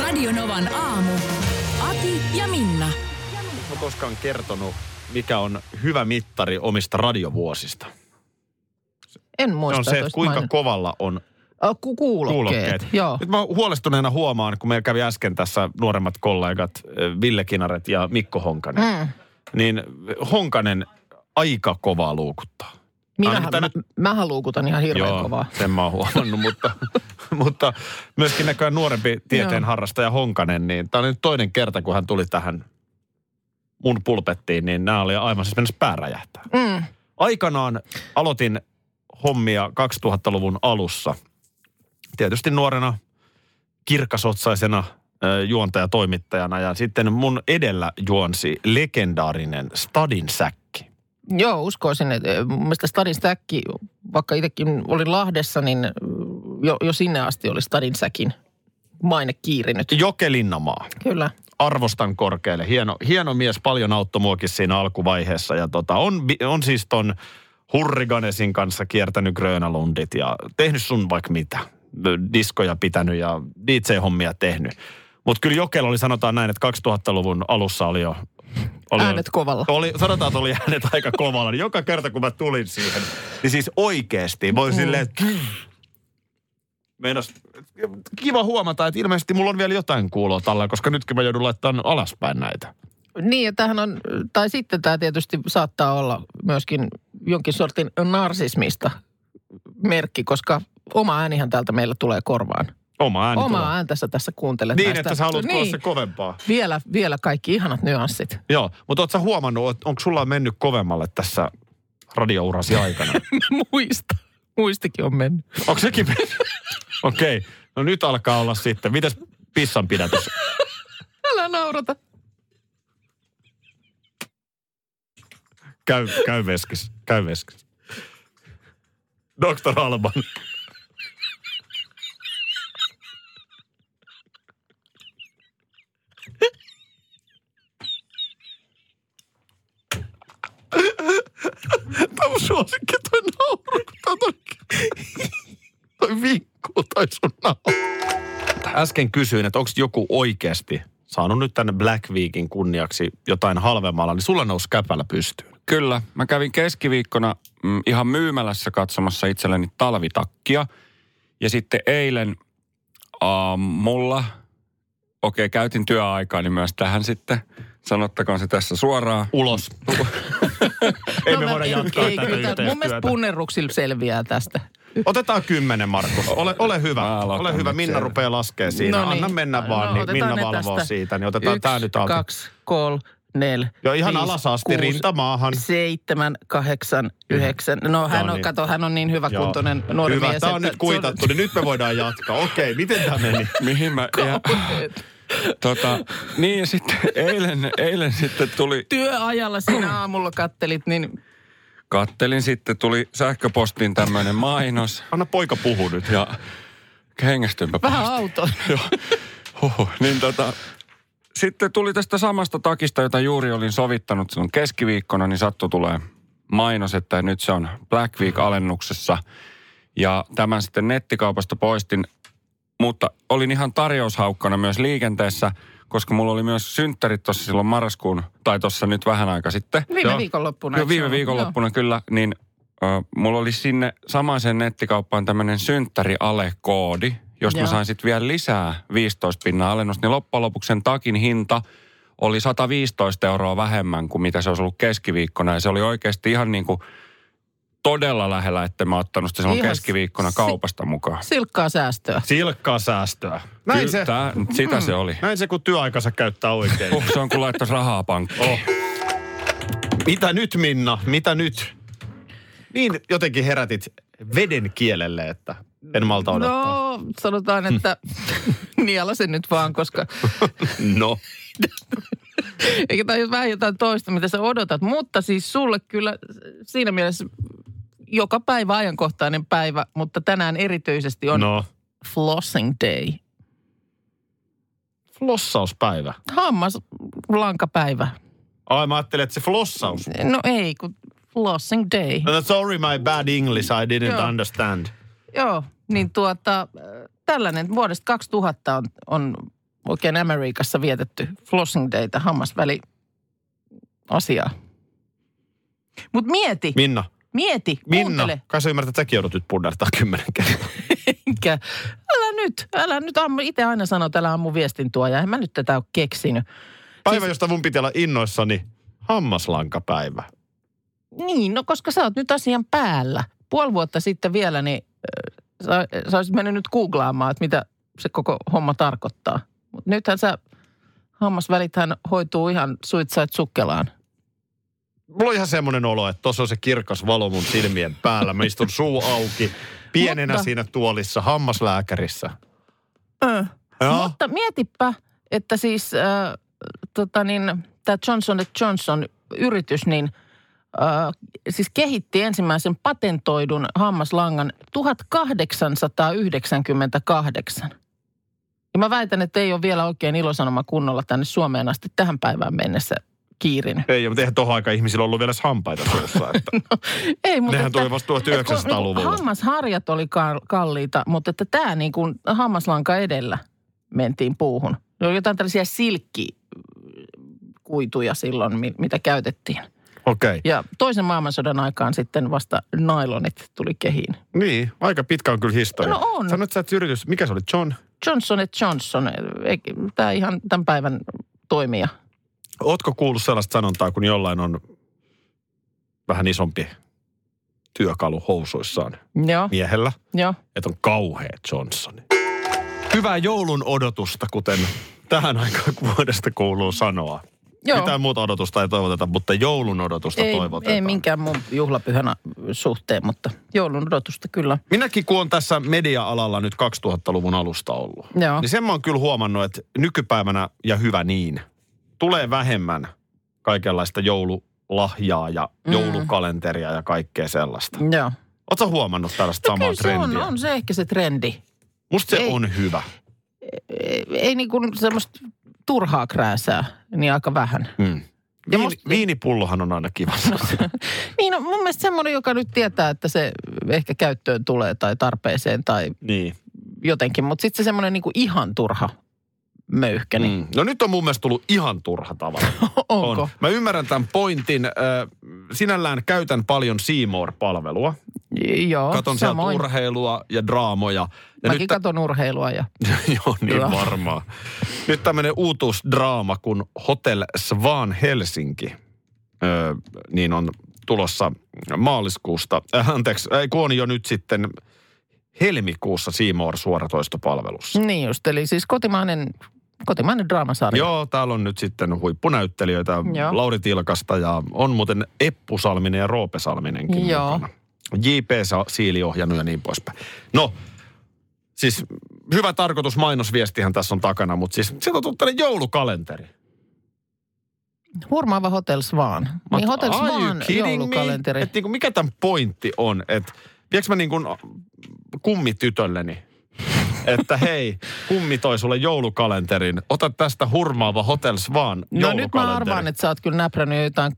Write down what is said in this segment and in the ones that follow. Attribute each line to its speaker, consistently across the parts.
Speaker 1: Radionovan aamu. Ati ja Minna.
Speaker 2: ole koskaan kertonut, mikä on hyvä mittari omista radiovuosista.
Speaker 3: En
Speaker 2: Se
Speaker 3: muista.
Speaker 2: on se, että
Speaker 3: toista
Speaker 2: kuinka
Speaker 3: mainin-
Speaker 2: kovalla on
Speaker 3: Ö, ku- kuulokkeet.
Speaker 2: kuulokkeet.
Speaker 3: Joo.
Speaker 2: Nyt mä huolestuneena huomaan, kun meillä kävi äsken tässä nuoremmat kollegat ö, Ville Kinaret ja Mikko Honkanen,
Speaker 3: Mm.
Speaker 2: niin Honkanen aika kovaa luukuttaa.
Speaker 3: Minähän,
Speaker 2: Ainakin
Speaker 3: mä,
Speaker 2: tänne-
Speaker 3: mähän luukutan ihan hirveän
Speaker 2: Joo,
Speaker 3: kovaa.
Speaker 2: sen mä oon huomannut, mutta, mutta myöskin näköjään nuorempi tieteen harrastaja Honkanen, niin tämä oli nyt toinen kerta, kun hän tuli tähän mun pulpettiin, niin nämä oli aivan siis mennessä pää räjähtää.
Speaker 3: Mm.
Speaker 2: aikanaan aloitin hommia 2000-luvun alussa. Tietysti nuorena kirkasotsaisena ö, juontajatoimittajana ja sitten mun edellä juonsi legendaarinen Stadin säkki.
Speaker 3: Joo, uskoisin, että ö, mun mielestä Stadin säkki, vaikka itsekin olin Lahdessa, niin ö, jo, jo sinne asti oli Stadin säkin maine kiirinyt.
Speaker 2: Jokelinnamaa.
Speaker 3: Kyllä.
Speaker 2: Arvostan korkealle. Hieno, hieno mies, paljon auttoi muakin siinä alkuvaiheessa. Ja tota, on, vi- on siis ton Hurriganesin kanssa kiertänyt Grönalundit ja tehnyt sun vaikka mitä. Ö, Diskoja pitänyt ja DJ-hommia tehnyt. Mutta kyllä Jokel oli sanotaan näin, että 2000-luvun alussa oli jo... Oli jo-
Speaker 3: Äänet kovalla.
Speaker 2: oli, sanotaan, että oli äänet aika kovalla. Niin joka kerta, kun mä tulin siihen, niin siis oikeasti voi silleen... että- Meinas, kiva huomata, että ilmeisesti mulla on vielä jotain kuuloa tällä, koska nytkin mä joudun laittamaan alaspäin näitä.
Speaker 3: Niin, ja tämähän on, tai sitten tämä tietysti saattaa olla myöskin jonkin sortin narsismista merkki, koska oma äänihän täältä meillä tulee korvaan.
Speaker 2: Oma ääni
Speaker 3: Omaa
Speaker 2: tulee.
Speaker 3: ääntänsä tässä kuuntelet.
Speaker 2: Niin,
Speaker 3: näistä-
Speaker 2: että sä haluat niin.
Speaker 3: niin,
Speaker 2: se kovempaa.
Speaker 3: vielä, vielä kaikki ihanat nyanssit.
Speaker 2: Joo, mutta oot sä huomannut, että onko sulla mennyt kovemmalle tässä radiourasi aikana?
Speaker 3: Muista. Muistikin on mennyt.
Speaker 2: onko sekin mennyt? Okei, okay. no nyt alkaa olla sitten. Mites pissan pidätys?
Speaker 3: Älä naurata.
Speaker 2: Käy, käy veskis, käy veskis. Dr. Alban. Tämä on suosikki toi nauru, kun tää toi, toi vinkkuu toi sun nauru. Äsken kysyin, että onko joku oikeasti saanut nyt tänne Black Weekin kunniaksi jotain halvemmalla, niin sulla nousi käpällä pystyyn.
Speaker 4: Kyllä. Mä kävin keskiviikkona mm, ihan myymälässä katsomassa itselleni talvitakkia. Ja sitten eilen aamulla, okei, käytin työaikaani myös tähän sitten. Sanottakoon se tässä suoraan.
Speaker 2: ulos. ei me
Speaker 3: No mä-
Speaker 2: voida jatkaa
Speaker 3: ei,
Speaker 2: tätä
Speaker 3: kyllä, Mun mielestä
Speaker 2: yhteistyötä.
Speaker 3: punneruksilla selviää tästä.
Speaker 2: Otetaan kymmenen, Markus. Ole, ole hyvä.
Speaker 4: Mä aloitan
Speaker 2: Ole hyvä.
Speaker 4: nyt
Speaker 2: Minna
Speaker 4: siellä.
Speaker 2: rupeaa laskee siinä.
Speaker 3: No niin.
Speaker 2: Anna mennä vaan, niin
Speaker 3: otetaan
Speaker 2: Minna
Speaker 3: ne
Speaker 2: valvoo
Speaker 3: tästä.
Speaker 2: siitä. Niin otetaan
Speaker 3: Yksi,
Speaker 2: tämä nyt alta.
Speaker 3: kaksi, kolme, neljä,
Speaker 2: Joo, ihan
Speaker 3: viisi,
Speaker 2: alas asti,
Speaker 3: kuusi,
Speaker 2: rinta maahan.
Speaker 3: Seitsemän, kahdeksan, yhdeksän. No hän
Speaker 2: No
Speaker 3: on,
Speaker 2: niin.
Speaker 3: kato, hän on niin hyväkuntoinen
Speaker 2: Joo.
Speaker 3: nuori
Speaker 2: Hyvä,
Speaker 3: mies.
Speaker 2: tämä on
Speaker 3: että
Speaker 2: nyt kuitattu, niin nyt me voidaan jatkaa. Okei, miten tämä meni?
Speaker 4: Mihin mä... Ja, tota, niin ja sitten eilen, eilen sitten tuli,
Speaker 3: Työajalla sinä aamulla kattelit, niin
Speaker 4: kattelin sitten, tuli sähköpostiin tämmöinen mainos.
Speaker 2: Anna poika puhu nyt.
Speaker 4: Ja hengästynpä
Speaker 3: vähän auto.
Speaker 4: Joo. Huhhuh. Niin tota, sitten tuli tästä samasta takista, jota juuri olin sovittanut silloin keskiviikkona, niin sattu tulee mainos, että nyt se on Black Week-alennuksessa. Ja tämän sitten nettikaupasta poistin, mutta olin ihan tarjoushaukkana myös liikenteessä, koska mulla oli myös synttärit tuossa silloin marraskuun, tai tuossa nyt vähän aika sitten.
Speaker 3: Viime
Speaker 4: Joo.
Speaker 3: viikonloppuna.
Speaker 4: Joo,
Speaker 3: eikö
Speaker 4: viime
Speaker 3: ollut?
Speaker 4: viikonloppuna kyllä, niin ö, mulla oli sinne samaiseen nettikauppaan tämmöinen synttärialekoodi, jos mä
Speaker 3: Joo.
Speaker 4: sain sitten vielä lisää 15 pinnan alennusta, niin loppujen lopuksi sen takin hinta oli 115 euroa vähemmän kuin mitä se olisi ollut keskiviikkona. Ja se oli oikeasti ihan niin kuin todella lähellä, että mä ottanut sitä silloin
Speaker 3: Ihan
Speaker 4: keskiviikkona
Speaker 3: si-
Speaker 4: kaupasta mukaan.
Speaker 3: Joo. Silkkaa säästöä.
Speaker 2: Silkkaa säästöä. Näin se, Mm.
Speaker 4: Tää, sitä se oli.
Speaker 2: näin se, kun työaikansa käyttää oikein. niin-
Speaker 4: Huh, se on kuin laittaisi rahaa pankkiin.
Speaker 2: Oh. Mitä nyt, Minna? Mitä nyt? Niin jotenkin herätit veden kielelle, että en malta odottaa.
Speaker 3: No, sanotaan, No, että Niela sen nyt vaan, koska
Speaker 2: No.
Speaker 3: Eikä tämä ole vähän jotain toista, mitä sä odotat. Mutta siis sulle kyllä siinä mielessä joka päivä ajankohtainen päivä, mutta tänään erityisesti on no.
Speaker 2: No.
Speaker 3: flossing day.
Speaker 2: Flossauspäivä.
Speaker 3: Hammas lankapäivä.
Speaker 2: Ai mä ajattelin, että se flossaus.
Speaker 3: No ei, kun flossing day.
Speaker 2: No, sorry my bad English, I didn't
Speaker 3: Joo.
Speaker 2: understand.
Speaker 3: Joo, niin tuota, äh, tällainen vuodesta 2000 on, on oikein Amerikassa vietetty flossing dayta, hammasväli asiaa. Mutta mieti,
Speaker 2: Minna,
Speaker 3: mieti,
Speaker 2: Minna,
Speaker 3: kuuntele.
Speaker 2: kai sä ymmärrät, että säkin joudut nyt punnertaa kymmenen kertaa.
Speaker 3: Enkä. Älä nyt, älä nyt. ammu- Itse aina sanon, että älä ammu viestintuoja. En mä nyt tätä ole keksinyt. Siis-
Speaker 2: Päivä, josta mun pitää olla innoissani, hammaslankapäivä.
Speaker 3: Niin, no koska sä oot nyt asian päällä. Puoli vuotta sitten vielä, niin äh, sä, sä olisit mennyt nyt googlaamaan, että mitä se koko homma tarkoittaa. Mutta nythän sä, hammasvälithän hoituu ihan suitsait sukkelaan.
Speaker 2: Mulla on ihan semmoinen olo, että tuossa on se kirkas valo mun silmien päällä. Mä istun suu auki, pienenä
Speaker 3: Mutta-
Speaker 2: siinä tuolissa, hammaslääkärissä.
Speaker 3: Ö.
Speaker 2: Joo.
Speaker 3: Mutta mietipä, että siis äh, tota niin, tämä Johnson Johnson yritys, niin äh, siis kehitti ensimmäisen patentoidun hammaslangan 1898. Ja mä väitän, että ei ole vielä oikein ilosanoma kunnolla tänne Suomeen asti tähän päivään mennessä kiirinyt.
Speaker 2: Ei, mutta eihän tohon aikaan ihmisillä ollut vielä edes hampaita suussa. Että.
Speaker 3: Ei, mutta
Speaker 2: Nehän
Speaker 3: että-
Speaker 2: tuli vasta
Speaker 3: että kun
Speaker 2: 1900-luvulla.
Speaker 3: niinku hammasharjat oli kal- kalliita, mutta että tämä niin kuin hammaslanka edellä mentiin puuhun. Ne oli jotain tällaisia silkkikuituja silloin, mi- mitä käytettiin.
Speaker 2: Okei.
Speaker 3: Ja toisen maailmansodan aikaan sitten vasta nailonit tuli kehiin.
Speaker 2: Niin, aika pitkä on kyllä historia.
Speaker 3: No on.
Speaker 2: Sanoit sä, että yritys, mikä se oli, John?
Speaker 3: Johnson Johnson, tämä ihan tämän päivän toimija.
Speaker 2: Ootko kuullut sellaista sanontaa, kun jollain on vähän isompi työkalu housuissaan
Speaker 3: Joo,
Speaker 2: miehellä,
Speaker 3: joo.
Speaker 2: että on kauhea Johnson. Hyvää joulun odotusta, kuten tähän aikaan vuodesta kuuluu sanoa.
Speaker 3: Joo.
Speaker 2: Mitään muuta odotusta ei toivoteta, mutta joulun odotusta
Speaker 3: Ei,
Speaker 2: toivotetaan.
Speaker 3: ei minkään mun juhlapyhänä suhteen, mutta joulun odotusta kyllä.
Speaker 2: Minäkin kun on tässä media-alalla nyt 2000-luvun alusta ollut,
Speaker 3: Joo.
Speaker 2: niin sen mä oon kyllä huomannut, että nykypäivänä ja hyvä niin, tulee vähemmän kaikenlaista joululahjaa ja
Speaker 3: Mm.
Speaker 2: joulukalenteria ja kaikkea sellaista.
Speaker 3: Joo.
Speaker 2: Oletko huomannut tällaista
Speaker 3: No
Speaker 2: samaa
Speaker 3: kyllä se
Speaker 2: trendiä?
Speaker 3: on, on se ehkä se trendi.
Speaker 2: Musta se
Speaker 3: Ei.
Speaker 2: on hyvä.
Speaker 3: ei, ei niin kuin semmoista turhaa krääsää, niin aika vähän.
Speaker 2: Mm.
Speaker 3: Ja
Speaker 2: Viini,
Speaker 3: musta-
Speaker 2: Viinipullohan on aina kiva.
Speaker 3: Niin no, mun mielestä semmoinen, joka nyt tietää, että se ehkä käyttöön tulee tai tarpeeseen tai
Speaker 2: niin.
Speaker 3: jotenkin. Mutta sitten se semmoinen niin kuin ihan turha möyhkä, niin
Speaker 2: Mm. No nyt on mun mielestä tullut ihan turha tavalla.
Speaker 3: onko?
Speaker 2: Mm, On. Mä ymmärrän tämän pointin. Ö, Sinällään käytän paljon Seymour-palvelua.
Speaker 3: J- Joo,
Speaker 2: Katon sieltä
Speaker 3: samoin.
Speaker 2: urheilua ja draamoja. Ja
Speaker 3: Mäkin katon urheilua ja
Speaker 2: Joo, niin
Speaker 3: Joo.
Speaker 2: varmaan. Nyt tämmöinen uutuusdraama kuin Hotel Svan Helsinki, öö, niin on tulossa maaliskuusta. Äh, anteeksi, ei kun on jo nyt sitten helmikuussa Seymour suoratoistopalvelussa.
Speaker 3: niin just. Eli siis kotimainen, kotimainen draamasarja.
Speaker 2: Joo, täällä on nyt sitten huippunäyttelijöitä,
Speaker 3: Joo.
Speaker 2: Lauri Tilkasta ja on muuten Eppu Salminen ja Roope Salminenkin
Speaker 3: Joo.
Speaker 2: mukana. J.P. Sa- Siili ohjannut ja niin poispäin. No, siis hyvä tarkoitus, mainosviestihän tässä on takana, mutta siis sieltä on tullut tällainen joulukalenteri.
Speaker 3: Hurmaava Hotel Svan.
Speaker 2: Mä
Speaker 3: Niin
Speaker 2: oon,
Speaker 3: Hotel
Speaker 2: are you
Speaker 3: Svan
Speaker 2: kidding me?
Speaker 3: joulukalenteri.
Speaker 2: Et niinku mikä tämän pointti on, että viekö mä niin kuin kummitytölleni, että hei, kummi toi sulle joulukalenterin, ota tästä hurmaava Hotel Svan
Speaker 3: No nyt mä arvaan, että sä oot kyllä näprännyt jo jotain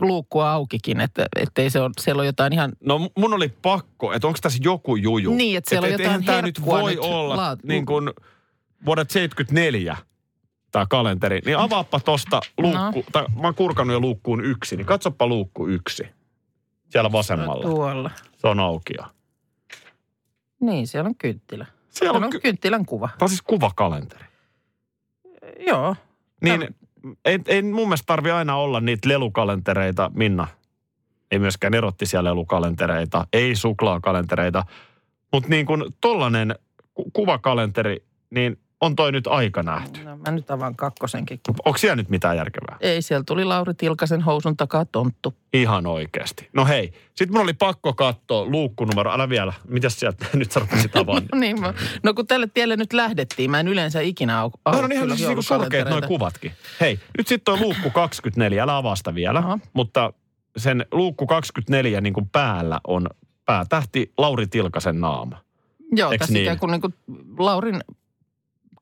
Speaker 3: luukkua aukikin, että ettei se on, siellä on jotain ihan
Speaker 2: No mu- mun oli pakko, että onko tässä joku juju.
Speaker 3: Niin, että siellä on
Speaker 2: et
Speaker 3: jotain
Speaker 2: eihän tää nyt
Speaker 3: herkkua
Speaker 2: voi
Speaker 3: nyt
Speaker 2: olla
Speaker 3: laat-
Speaker 2: niin kuin vuodet 74 tämä kalenteri. Niin avaappa tosta luukku, no. tai mä oon kurkannut jo luukkuun yksi, niin katsoppa luukku yksi. Siellä vasemmalla.
Speaker 3: tuolla.
Speaker 2: Se on auki jo.
Speaker 3: Niin, siellä on kynttilä.
Speaker 2: Siellä
Speaker 3: No,
Speaker 2: on, ky-
Speaker 3: kynttilän kuva.
Speaker 2: tämä on siis kuvakalenteri.
Speaker 3: Joo.
Speaker 2: Niin ei, ei mun mielestä tarvi aina olla niitä lelukalentereita, Minna. Ei myöskään erottisia lelukalentereita, ei suklaakalentereita. Mutta niin kuin tollanen ku- kuvakalenteri, niin on toi nyt aika nähty.
Speaker 3: No, mä nyt avaan kakkosenkin. Kun...
Speaker 2: Onko siellä nyt mitään järkevää?
Speaker 3: Ei, siellä tuli Lauri Tilkasen housun takaa tonttu.
Speaker 2: Ihan oikeasti. No hei, sit mun oli pakko katsoa luukkunumero. Älä vielä. Mitäs sieltä nyt sä rupesit avaan?
Speaker 3: No niin, mä... no kun tälle tielle nyt lähdettiin, mä en yleensä ikinä au-
Speaker 2: No,
Speaker 3: au-
Speaker 2: no niin,
Speaker 3: kyllä
Speaker 2: siis niinku surkeet
Speaker 3: joulukalentereita.
Speaker 2: noin kuvatkin. Hei, nyt sitten on luukku 24, älä avaa sitä vielä,
Speaker 3: Aha.
Speaker 2: mutta sen luukku 24 niin kuin päällä on päätähti Lauri Tilkasen naama.
Speaker 3: Joo,
Speaker 2: Eiks
Speaker 3: tässä
Speaker 2: niin?
Speaker 3: ikään kuin, niin kuin Laurin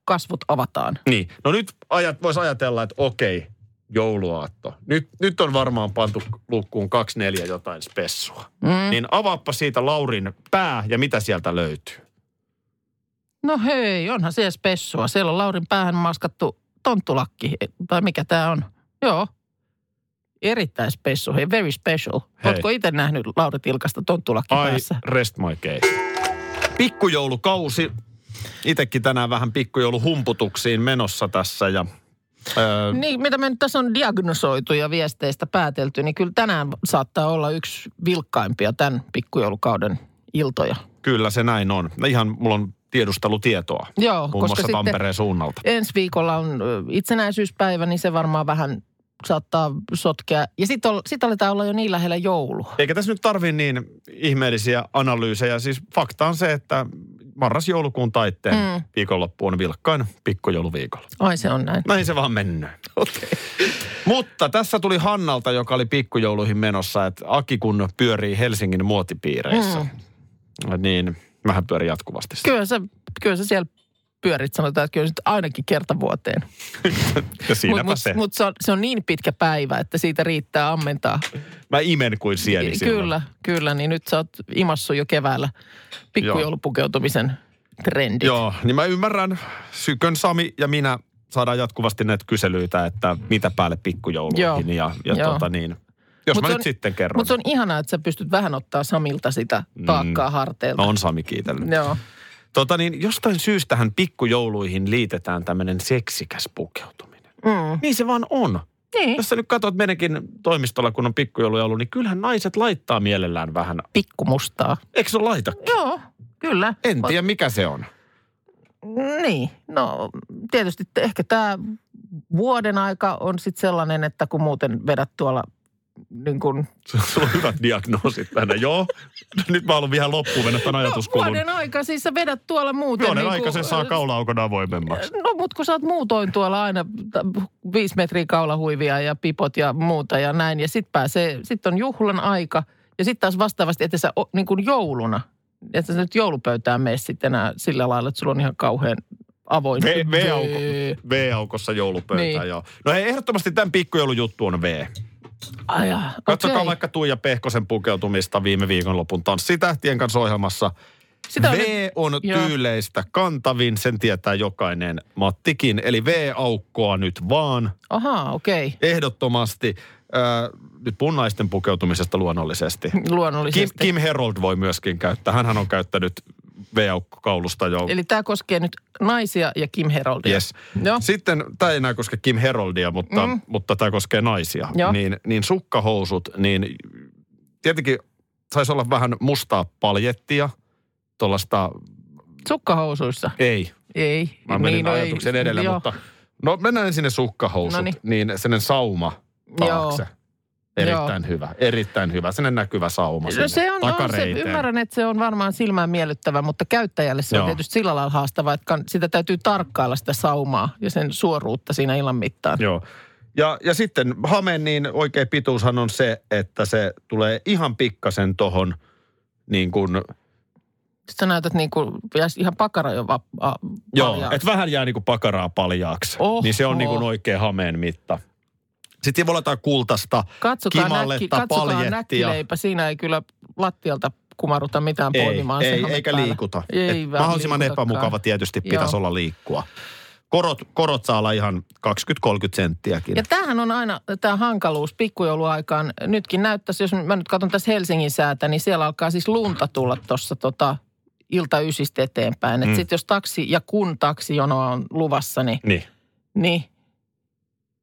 Speaker 3: kasvot avataan.
Speaker 2: Niin, no nyt ajat, voisi ajatella, että okei, jouluaatto. Nyt, nyt on varmaan pantu luukkuun 24 jotain spessua.
Speaker 3: Mm.
Speaker 2: Niin avaappa siitä Laurin pää ja mitä sieltä löytyy.
Speaker 3: No hei, onhan siellä spessua. Siellä on Laurin päähän maskattu tonttulakki, eh, tai mikä tämä on. Joo. Erittäin spessu, hei, very special.
Speaker 2: Hei.
Speaker 3: Hei. Ootko itse nähnyt Lauri Tilkasta tonttulakki
Speaker 2: Ai,
Speaker 3: päässä?
Speaker 2: rest my case. Pikkujoulukausi. Itekin tänään vähän pikkujouluhumputuksiin menossa tässä ja... Öö,
Speaker 3: Niin, mitä me nyt tässä on diagnosoitu ja viesteistä päätelty, niin kyllä tänään saattaa olla yksi vilkkaimpia tämän pikkujoulukauden iltoja.
Speaker 2: Kyllä se näin on. Ihan mulla on tiedustelutietoa.
Speaker 3: Joo,
Speaker 2: Muun
Speaker 3: koska
Speaker 2: muassa
Speaker 3: sitten
Speaker 2: Tampereen suunnalta.
Speaker 3: ensi viikolla on ö, itsenäisyyspäivä, niin se varmaan vähän saattaa sotkea. Ja sitten sit aletaan olla jo niin lähellä joulua.
Speaker 2: Eikä tässä nyt tarvi niin ihmeellisiä analyysejä. Siis fakta on se, että marras-joulukuun taitteen mm.
Speaker 3: Mm.
Speaker 2: viikonloppu on vilkkain pikkujouluviikolla.
Speaker 3: Ai se on näin.
Speaker 2: Näin se vaan mennyt. Okay. Mutta tässä tuli Hannalta, joka oli pikkujouluihin menossa, että Aki kun pyörii Helsingin muotipiireissä, mm. niin mähän pyörin jatkuvasti. sitä.
Speaker 3: Kyllä sä, kyllä sä siellä pyörit, sanotaan, että kyllä nyt ainakin kerta vuoteen.
Speaker 2: Ja siinäpä
Speaker 3: Mutta mut,
Speaker 2: se.
Speaker 3: mut se, on, se on niin pitkä päivä, että siitä riittää ammentaa.
Speaker 2: Mä imen kuin sieni silloin.
Speaker 3: Kyllä, kyllä. Niin nyt sä oot imassut jo keväällä pikkujoulupukeutumisen trendit.
Speaker 2: Joo, niin mä ymmärrän. Sykön Sami ja minä saadaan jatkuvasti näitä kyselyitä, että mitä päälle pikkujouluihin
Speaker 3: Joo.
Speaker 2: ja, ja
Speaker 3: Joo.
Speaker 2: tota niin. Jos
Speaker 3: Mut
Speaker 2: mä
Speaker 3: se
Speaker 2: nyt
Speaker 3: on-
Speaker 2: sitten kerron.
Speaker 3: Mutta se on ihanaa, että sä pystyt vähän ottaa Samilta sitä taakkaa harteilta.
Speaker 2: No Mm. on Sami kiitellyt.
Speaker 3: Joo.
Speaker 2: Tota niin, jostain syystähän pikkujouluihin liitetään tämmöinen seksikäs pukeutuminen.
Speaker 3: Mm.
Speaker 2: Niin se vaan on.
Speaker 3: Niin.
Speaker 2: Jos sä nyt katsot meidänkin toimistolla, kun on pikkujouluja ollut, niin kyllähän naiset laittaa mielellään vähän.
Speaker 3: Pikkumustaa.
Speaker 2: Eikö se laita?
Speaker 3: Joo, kyllä.
Speaker 2: En tiedä, mikä se on.
Speaker 3: Niin, no tietysti te- ehkä tämä vuoden aika on sitten sellainen, että kun muuten vedät tuolla niin kun,
Speaker 2: Sulla on hyvät diagnoosit tänä, joo. Nyt mä haluan vielä loppuun mennä tämän ajatuskulun.
Speaker 3: vuoden aika, siis sä vedät tuolla muuten.
Speaker 2: Vuoden
Speaker 3: niin
Speaker 2: aika se saa kaulaaukon avoimemmaksi.
Speaker 3: No mutta kun sä oot muutoin tuolla aina ta- viisi metriä kaulahuivia ja pipot ja muuta ja näin. Ja sit pääsee, sit on juhlan aika ja sit taas vastaavasti, että sä o- niin kuin jouluna, että sä nyt joulupöytään mene sitten enää sillä lailla, että sulla on ihan kauhean avoin.
Speaker 2: V- V-auko,
Speaker 3: Vee.
Speaker 2: V-aukossa joulupöytä, niin.
Speaker 3: Niin.
Speaker 2: joo. No hei, ehdottomasti tämän pikkujoulujuttu on V.
Speaker 3: Ai jaa,
Speaker 2: Katsokaa
Speaker 3: okei.
Speaker 2: vaikka Tuija Pehkosen pukeutumista viime viikonlopun Tanssitähtien kanssa ohjelmassa.
Speaker 3: Sitä on nyt-
Speaker 2: V on
Speaker 3: Joo.
Speaker 2: tyyleistä kantavin, sen tietää jokainen Mattikin. Eli V-aukkoa nyt vaan,
Speaker 3: Ahaa, okei.
Speaker 2: ehdottomasti. Äh, nyt punnaisten pukeutumisesta luonnollisesti. Kim,
Speaker 3: Luonnollisesti.
Speaker 2: Kim Herold voi myöskin käyttää. Hänhän on käyttänyt V-aukkokaulusta jo.
Speaker 3: Eli tämä koskee nyt naisia ja Kim Heroldia.
Speaker 2: Yes.
Speaker 3: Joo.
Speaker 2: Sitten tämä ei enää koske Kim Heroldia, mutta, mm. mutta tämä koskee naisia.
Speaker 3: Joo.
Speaker 2: Niin, niin sukkahousut, niin tietenkin saisi olla vähän mustaa paljettia, tuollaista,
Speaker 3: Sukkahousuissa.
Speaker 2: ei,
Speaker 3: Ei.
Speaker 2: Mä menin
Speaker 3: no
Speaker 2: niin,
Speaker 3: ei.
Speaker 2: ajatuksen edellä,
Speaker 3: Joo.
Speaker 2: mutta... No mennään sinne sukkahousut,
Speaker 3: Noniin.
Speaker 2: niin sellainen sauma taakse.
Speaker 3: Joo.
Speaker 2: Erittäin Joo. hyvä, erittäin hyvä. Sellainen näkyvä sauma sinne
Speaker 3: No se on, on se,
Speaker 2: takareiteen.
Speaker 3: ymmärrän, että se on varmaan silmään miellyttävä, mutta käyttäjälle se
Speaker 2: Joo.
Speaker 3: on tietysti sillä lailla haastavaa, että kan- sitä täytyy tarkkailla sitä saumaa ja sen suoruutta siinä illan mittaan.
Speaker 2: Joo. Ja, ja sitten hame, niin oikea pituushan on se, että se tulee ihan pikkasen tohon niin kuin
Speaker 3: Sitten sä näytät niin kuin, jäisi ihan pakara jo va- a-
Speaker 2: Joo,
Speaker 3: paljaaksi.
Speaker 2: että vähän jää niinku pakaraa paljaaksi.
Speaker 3: Oho.
Speaker 2: Niin se on niinku oikea hameen mitta. Sitten voi olla jotain kultasta,
Speaker 3: Katsotaan, näkki,
Speaker 2: kimalletta,
Speaker 3: katsokaan
Speaker 2: paljettia.
Speaker 3: näkkileipä. Siinä ei kyllä lattialta kumaruta mitään
Speaker 2: Ei,
Speaker 3: poimimaan. se
Speaker 2: ei
Speaker 3: hame
Speaker 2: eikä
Speaker 3: päällä.
Speaker 2: liikuta.
Speaker 3: Ei
Speaker 2: Et
Speaker 3: vähän
Speaker 2: mahdollisimman
Speaker 3: liikutakaan.
Speaker 2: epämukava tietysti
Speaker 3: Joo.
Speaker 2: pitäisi olla liikkua. Korot, korot saa olla ihan 20-30 senttiäkin.
Speaker 3: Ja tämähän on aina tämä hankaluus pikkujouluaikaan. Nytkin näyttäisi, jos mä nyt katson tässä Helsingin säätä, niin siellä alkaa siis lunta tulla tuossa tota ilta ysistä eteenpäin. Et
Speaker 2: Mm.
Speaker 3: Sitten jos taksi ja kun taksijonoa on luvassa, niin,
Speaker 2: Niin.
Speaker 3: niin,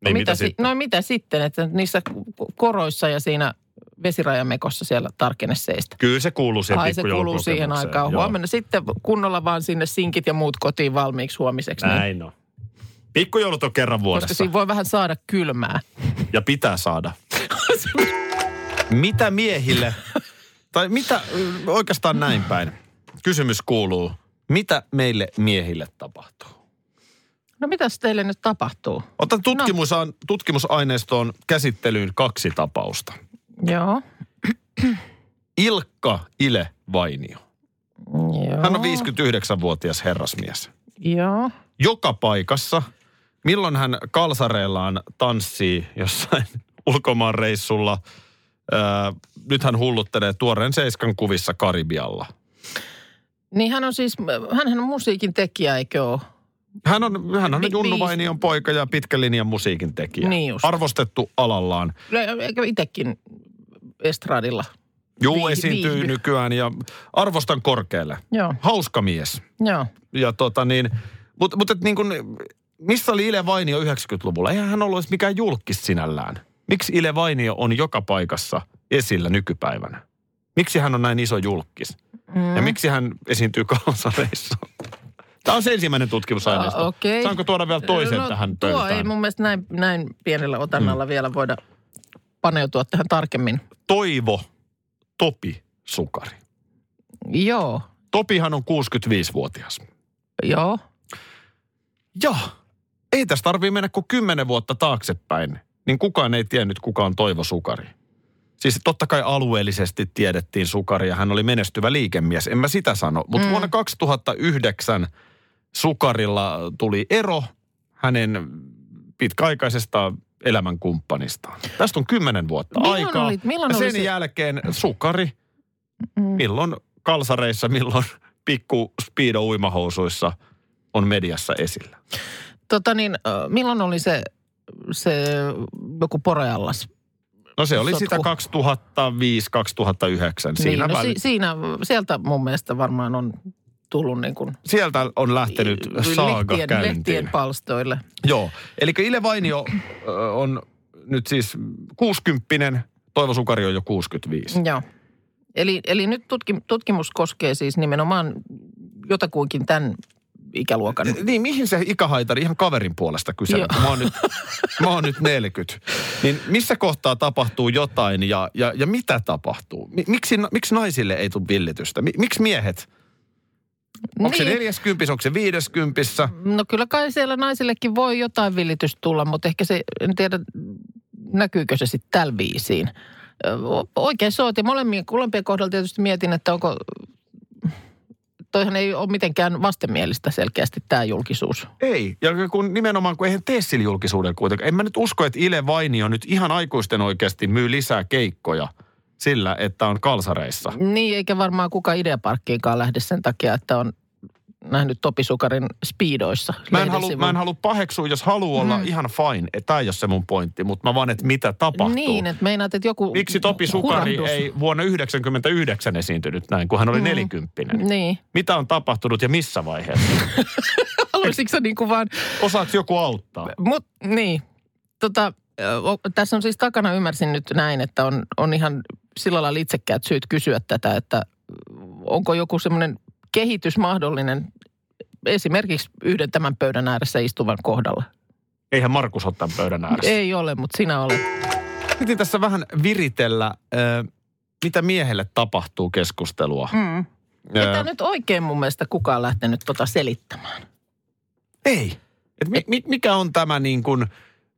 Speaker 3: no
Speaker 2: Niin mitä
Speaker 3: si-
Speaker 2: sitten?
Speaker 3: no mitä sitten? Että niissä ko- koroissa ja siinä vesirajamekossa siellä tarkene seistä.
Speaker 2: Kyllä se kuuluu siihen
Speaker 3: Ai se kuuluu siihen aikaan.
Speaker 2: Joo.
Speaker 3: Huomenna sitten kunnolla vaan sinne sinkit ja muut kotiin valmiiksi huomiseksi. niin-
Speaker 2: Näin on. Pikkujoulut on kerran
Speaker 3: koska
Speaker 2: vuodessa
Speaker 3: siinä voi vähän saada kylmää.
Speaker 2: ja pitää saada. mitä miehille, tai mitä ö, oikeastaan näin päin, kysymys kuuluu, mitä meille miehille tapahtuu?
Speaker 3: No mitäs teille nyt tapahtuu?
Speaker 2: Otan tutkimusaan, tutkimusaineistoon käsittelyyn kaksi tapausta.
Speaker 3: Joo.
Speaker 2: Ilkka Ile Vainio.
Speaker 3: Joo.
Speaker 2: Hän on 59-vuotias herrasmies.
Speaker 3: Joo.
Speaker 2: Joka paikassa, milloin hän kalsareillaan tanssii jossain ulkomaanreissulla. Öö, nyt hän hulluttelee tuoreen seiskan kuvissa Karibialla.
Speaker 3: Niin hän on siis, hän on musiikin tekijä, eikö ole?
Speaker 2: Hän on, hän on
Speaker 3: Bi-
Speaker 2: Junnu
Speaker 3: biis-
Speaker 2: Vainion poika ja pitkän linjan musiikin tekijä.
Speaker 3: Niin just.
Speaker 2: Arvostettu alallaan.
Speaker 3: Eikö itsekin estradilla?
Speaker 2: Juu,
Speaker 3: Viihdy-
Speaker 2: esiintyy
Speaker 3: viihdy.
Speaker 2: nykyään ja arvostan korkealle.
Speaker 3: Joo,
Speaker 2: Hauska mies.
Speaker 3: joo.
Speaker 2: ja tota niin, mutta mut et niin kuin, missä oli Ile Vainio 90-luvulla? Eihän hän ollut edes mikään julkis sinällään. Miksi Ile Vainio on joka paikassa esillä nykypäivänä? Miksi hän on näin iso julkis? Mm. Ja miksi hän esiintyy kansareissa? Tämä on se ensimmäinen tutkimusaineisto.
Speaker 3: Ah, okei.
Speaker 2: Saanko tuoda vielä toisen
Speaker 3: no,
Speaker 2: tähän
Speaker 3: tuo
Speaker 2: pöytään?
Speaker 3: ei mun mielestä näin, näin pienellä otannalla mm. vielä voida paneutua tähän tarkemmin.
Speaker 2: Toivo Topi Sukari.
Speaker 3: Joo,
Speaker 2: Topihan on 65-vuotias.
Speaker 3: joo.
Speaker 2: Ja ei tässä tarvii mennä kuin kymmenen vuotta taaksepäin, niin kukaan ei tiennyt, kuka on Toivo Sukari. Siis totta kai alueellisesti tiedettiin Sukari ja hän oli menestyvä liikemies, en mä sitä sano. Mutta mm. vuonna 2009 Sukarilla tuli ero hänen pitkäaikaisesta elämänkumppanistaan. Tästä on kymmenen vuotta
Speaker 3: Milloin
Speaker 2: aikaa.
Speaker 3: oli- milloin
Speaker 2: ja
Speaker 3: oli
Speaker 2: sen
Speaker 3: se-
Speaker 2: jälkeen Sukari,
Speaker 3: Mm.
Speaker 2: milloin kalsareissa, milloin pikku speedo uimahousuissa on mediassa esillä.
Speaker 3: Tota niin, ö, milloin oli se, se joku porajallas?
Speaker 2: No se oli
Speaker 3: Sotku.
Speaker 2: sitä 2005-2009. Siinä
Speaker 3: oh. niin, no,
Speaker 2: väli-
Speaker 3: si, siinä, sieltä mun mielestä varmaan on tullut niin kuin
Speaker 2: Sieltä on lähtenyt saaga
Speaker 3: Niin, lehtien,
Speaker 2: käyntiin.
Speaker 3: lehtien palstoille.
Speaker 2: Joo, eli Ile Vainio ö, on nyt siis 60 Toivo Sukari on jo 65.
Speaker 3: Joo. Eli, eli nyt tutki, tutkimus koskee siis nimenomaan jotakuinkin tämän ikäluokan.
Speaker 2: Niin, mihin se ikähaitari ihan kaverin puolesta kyselee?
Speaker 3: Joo.
Speaker 2: kun Mä oon, nyt, mä oon nyt 40. Niin missä kohtaa tapahtuu jotain ja, ja, ja mitä tapahtuu? Mi- Miksi, na- miksi naisille ei tule villitystä? Mi- Miksi miehet? Onko se
Speaker 3: Niin.
Speaker 2: 40, onko se 50?
Speaker 3: No kyllä kai siellä naisillekin voi jotain villitys tulla, mutta ehkä se, en tiedä näkyykö se sitten tällä viisiin. Ö, o- Oikein soot ja molemmien, molempien kohdalla tietysti mietin, että onko, toihan ei ole mitenkään vastenmielistä selkeästi tämä julkisuus.
Speaker 2: Ei. Ja kun nimenomaan, kun eihän tee sillä julkisuudella kuitenkaan. En mä nyt usko, että Ile Vainio nyt ihan aikuisten oikeasti myy lisää keikkoja sillä, että on kalsareissa.
Speaker 3: Niin, eikä varmaan kuka ideaparkkiinkaan lähde sen takia, että on nähnyt Topi Sukarin speedoissa.
Speaker 2: Mä en,
Speaker 3: lehden
Speaker 2: halu,
Speaker 3: sivuilla.
Speaker 2: mä en halua paheksua, jos haluaa olla mm. ihan fine. Tämä ei ole se mun pointti, mutta mä vaan, että mitä tapahtuu.
Speaker 3: Niin, että meinaat, että joku
Speaker 2: Miksi Topi Sukari
Speaker 3: hurahdus.
Speaker 2: ei vuonna 99 esiintynyt näin, kun hän
Speaker 3: Mm.
Speaker 2: oli nelikymppinen?
Speaker 3: Niin.
Speaker 2: Mitä on tapahtunut ja missä vaiheessa?
Speaker 3: Haluaisitko sä niin kuin vaan...
Speaker 2: Osaako joku auttaa?
Speaker 3: Mut, niin. Tota, ö, o- tässä on siis takana, ymmärsin nyt näin, että on, on ihan sillä lailla itsekkäät syyt kysyä tätä, että onko joku semmoinen kehitys mahdollinen esimerkiksi yhden tämän pöydän ääressä istuvan kohdalla.
Speaker 2: Eihän Markus ole tämän pöydän ääressä.
Speaker 3: Ei ole, mutta sinä olet.
Speaker 2: Piti tässä vähän viritellä, ö, mitä miehelle tapahtuu keskustelua.
Speaker 3: Mm. Ei
Speaker 2: Ö,
Speaker 3: tämä nyt oikein mun mielestä kukaan lähtenyt tota selittämään.
Speaker 2: Ei. Et mi, mi, mikä on tämä niin kuin,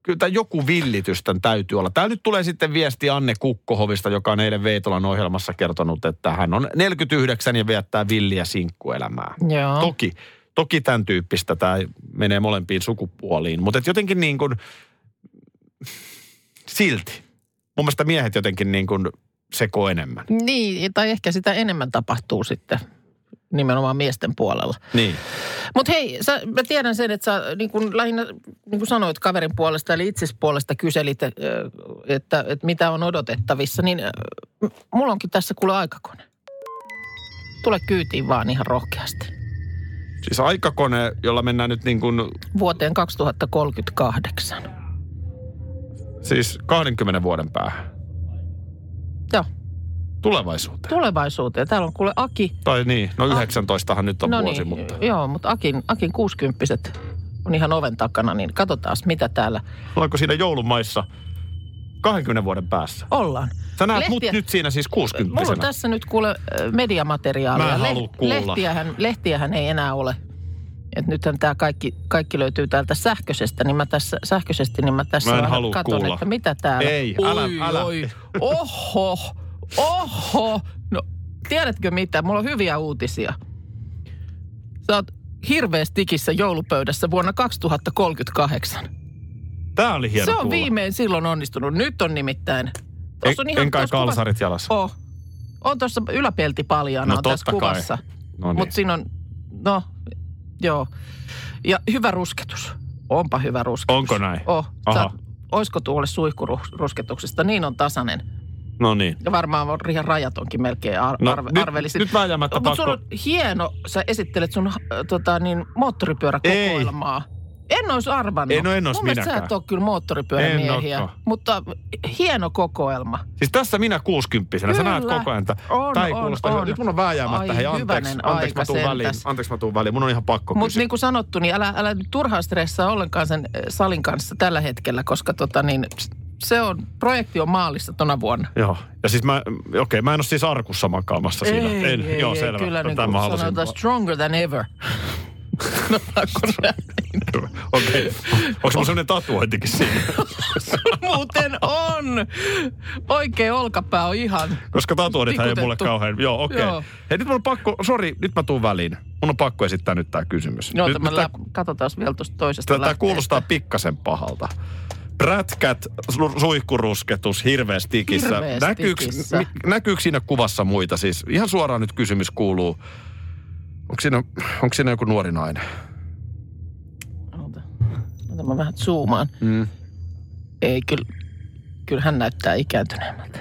Speaker 2: kyllä tämä joku villitys tämän täytyy olla. Täällä nyt tulee sitten viesti Anne Kukkohovista, joka on eilen Veitolan ohjelmassa kertonut, että hän on 49 ja viettää villiä sinkkuelämää.
Speaker 3: Joo.
Speaker 2: Toki, toki tämän tyyppistä tämä menee molempiin sukupuoliin, mutta et jotenkin niin kuin, silti. Mun mielestä miehet jotenkin niin kuin seko enemmän.
Speaker 3: Niin, tai ehkä sitä enemmän tapahtuu sitten nimenomaan miesten puolella.
Speaker 2: Niin.
Speaker 3: Mutta hei, sä, mä tiedän sen, että sä niin kun lähinnä, niin kuin sanoit kaverin puolesta, eli itses puolesta kyselit, ö, että, että mitä on odotettavissa, niin ö, m- mulla onkin tässä kuule aikakone. Tule kyytiin vaan ihan rohkeasti.
Speaker 2: Siis aikakone, jolla mennään nyt niin kuin,
Speaker 3: Vuoteen 2038.
Speaker 2: siis 20 vuoden päähän. Tulevaisuuteen.
Speaker 3: Tulevaisuuteen. Täällä on kuule Aki.
Speaker 2: Tai niin, no 19han nyt on vuosi,
Speaker 3: Ah. niin,
Speaker 2: mutta
Speaker 3: Joo, mutta Akin, Akin 60 on ihan oven takana, niin katsotaan mitä täällä
Speaker 2: ollaanko siinä joulumaissa 20 vuoden päässä?
Speaker 3: ollaan.
Speaker 2: Sä näet mut
Speaker 3: Lehtiä-
Speaker 2: nyt siinä siis 60
Speaker 3: Mulla on tässä nyt kuule ö, mediamateriaalia.
Speaker 2: Mä en
Speaker 3: Leh-
Speaker 2: halua kuulla.
Speaker 3: Lehtiähän, lehtiähän ei enää ole. Et nythän tämä kaikki, kaikki löytyy täältä sähköisestä, niin mä tässä, sähköisesti, niin mä tässä
Speaker 2: Mä en
Speaker 3: vähän
Speaker 2: halua
Speaker 3: katon,
Speaker 2: kuulla.
Speaker 3: että mitä täällä.
Speaker 2: Ei, älä-
Speaker 3: Oi,
Speaker 2: älä.
Speaker 3: Oi. Oho, oho. No, tiedätkö mitä? Mulla on hyviä uutisia. Sä oot hirveästi tikissä joulupöydässä vuonna 2038.
Speaker 2: Tää oli hieno
Speaker 3: Se on
Speaker 2: kuulla.
Speaker 3: viimein silloin onnistunut. Nyt on nimittäin.
Speaker 2: En,
Speaker 3: Tossa on
Speaker 2: en kai
Speaker 3: tossa kuva-
Speaker 2: kalsarit jalassa.
Speaker 3: Oh. On tuossa yläpelti paljaana
Speaker 2: No
Speaker 3: no, on tässä
Speaker 2: totta kai.
Speaker 3: kuvassa.
Speaker 2: No niin.
Speaker 3: Mutta siinä on, no, joo. Ja hyvä rusketus. Onpa hyvä rusketus.
Speaker 2: Onko näin?
Speaker 3: Oh,
Speaker 2: Aha.
Speaker 3: sä, oisko tuolle suihkurusketuksesta? Niin on tasainen.
Speaker 2: No niin.
Speaker 3: Ja varmaan on ihan rajatonkin melkein ar-
Speaker 2: No,
Speaker 3: arve-
Speaker 2: nyt-
Speaker 3: arvelisin.
Speaker 2: nyt vääjäämättä
Speaker 3: Mutta sulla on
Speaker 2: pakko-
Speaker 3: hieno, sä esittelet sun äh, tota, niin, moottoripyöräkokoelmaa. En olisi arvannut.
Speaker 2: Ei, no en ois
Speaker 3: Mun mielestä sä
Speaker 2: minäkään.
Speaker 3: et ole kyllä
Speaker 2: En
Speaker 3: moottoripyörämiehiä,
Speaker 2: ookaan.
Speaker 3: mutta hieno kokoelma.
Speaker 2: Siis tässä minä 60 sä näet
Speaker 3: Kyllä.
Speaker 2: koko ajan, että
Speaker 3: On,
Speaker 2: tää ei
Speaker 3: on,
Speaker 2: kuulosta.
Speaker 3: on.
Speaker 2: hyvältä. Nyt mun on vääjäämättä,
Speaker 3: Ai,
Speaker 2: hei anteeksi,
Speaker 3: hyvänen
Speaker 2: anteeksi mä
Speaker 3: aika
Speaker 2: tuun väliin,
Speaker 3: sentäs.
Speaker 2: anteeksi mä tuun väliin, mun on ihan pakko
Speaker 3: Mutta
Speaker 2: kysyä.
Speaker 3: niin kuin sanottu, niin älä, älä nyt turhaan stressaa ollenkaan sen eh, salin kanssa tällä hetkellä, koska tota niin, se on, projekti on maalissa tona vuonna.
Speaker 2: Joo, ja siis mä, okei, mä en ole siis arkussa makaamassa siinä. en, joo, selvä.
Speaker 3: Kyllä
Speaker 2: Tätä
Speaker 3: niin
Speaker 2: mä
Speaker 3: kuin
Speaker 2: halusin.
Speaker 3: sanotaan stronger than ever. No, Sanotaanko näin?
Speaker 2: Okei, onko mun semmoinen tatuointikin siinä?
Speaker 3: Muuten on. Oikein olkapää on ihan.
Speaker 2: Koska tatuoinnithan ei mulle
Speaker 3: Tikutettu.
Speaker 2: kauhean. Joo, okei.
Speaker 3: Joo.
Speaker 2: Hei, nyt mun on pakko, sori, nyt mä tuun väliin. Mun on pakko esittää nyt tää kysymys.
Speaker 3: No,
Speaker 2: nyt,
Speaker 3: tämä
Speaker 2: nyt tää,
Speaker 3: lä- katsotaan vielä tuosta toisesta
Speaker 2: tää, tää
Speaker 3: lähteestä.
Speaker 2: kuulostaa pikkasen pahalta. Prätkät, su- suihkurusketus, hirveä stikissä.
Speaker 3: Hirveä
Speaker 2: Näkyykö,
Speaker 3: stikissä.
Speaker 2: mi- näkyykö siinä kuvassa muita? Siis ihan suoraan nyt kysymys kuuluu. Onko siinä, onko siinä joku nuori nainen?
Speaker 3: Ota, ota mä vähän zoomaan.
Speaker 2: Mm.
Speaker 3: Ei, kyllä, kyllä hän näyttää ikääntyneemmältä.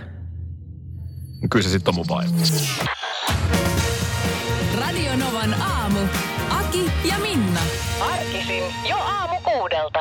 Speaker 2: Kyllä se sitten on mun vaimo.
Speaker 1: Radio Novan aamu. Aki ja Minna.
Speaker 5: Arkisin jo aamu kuudelta.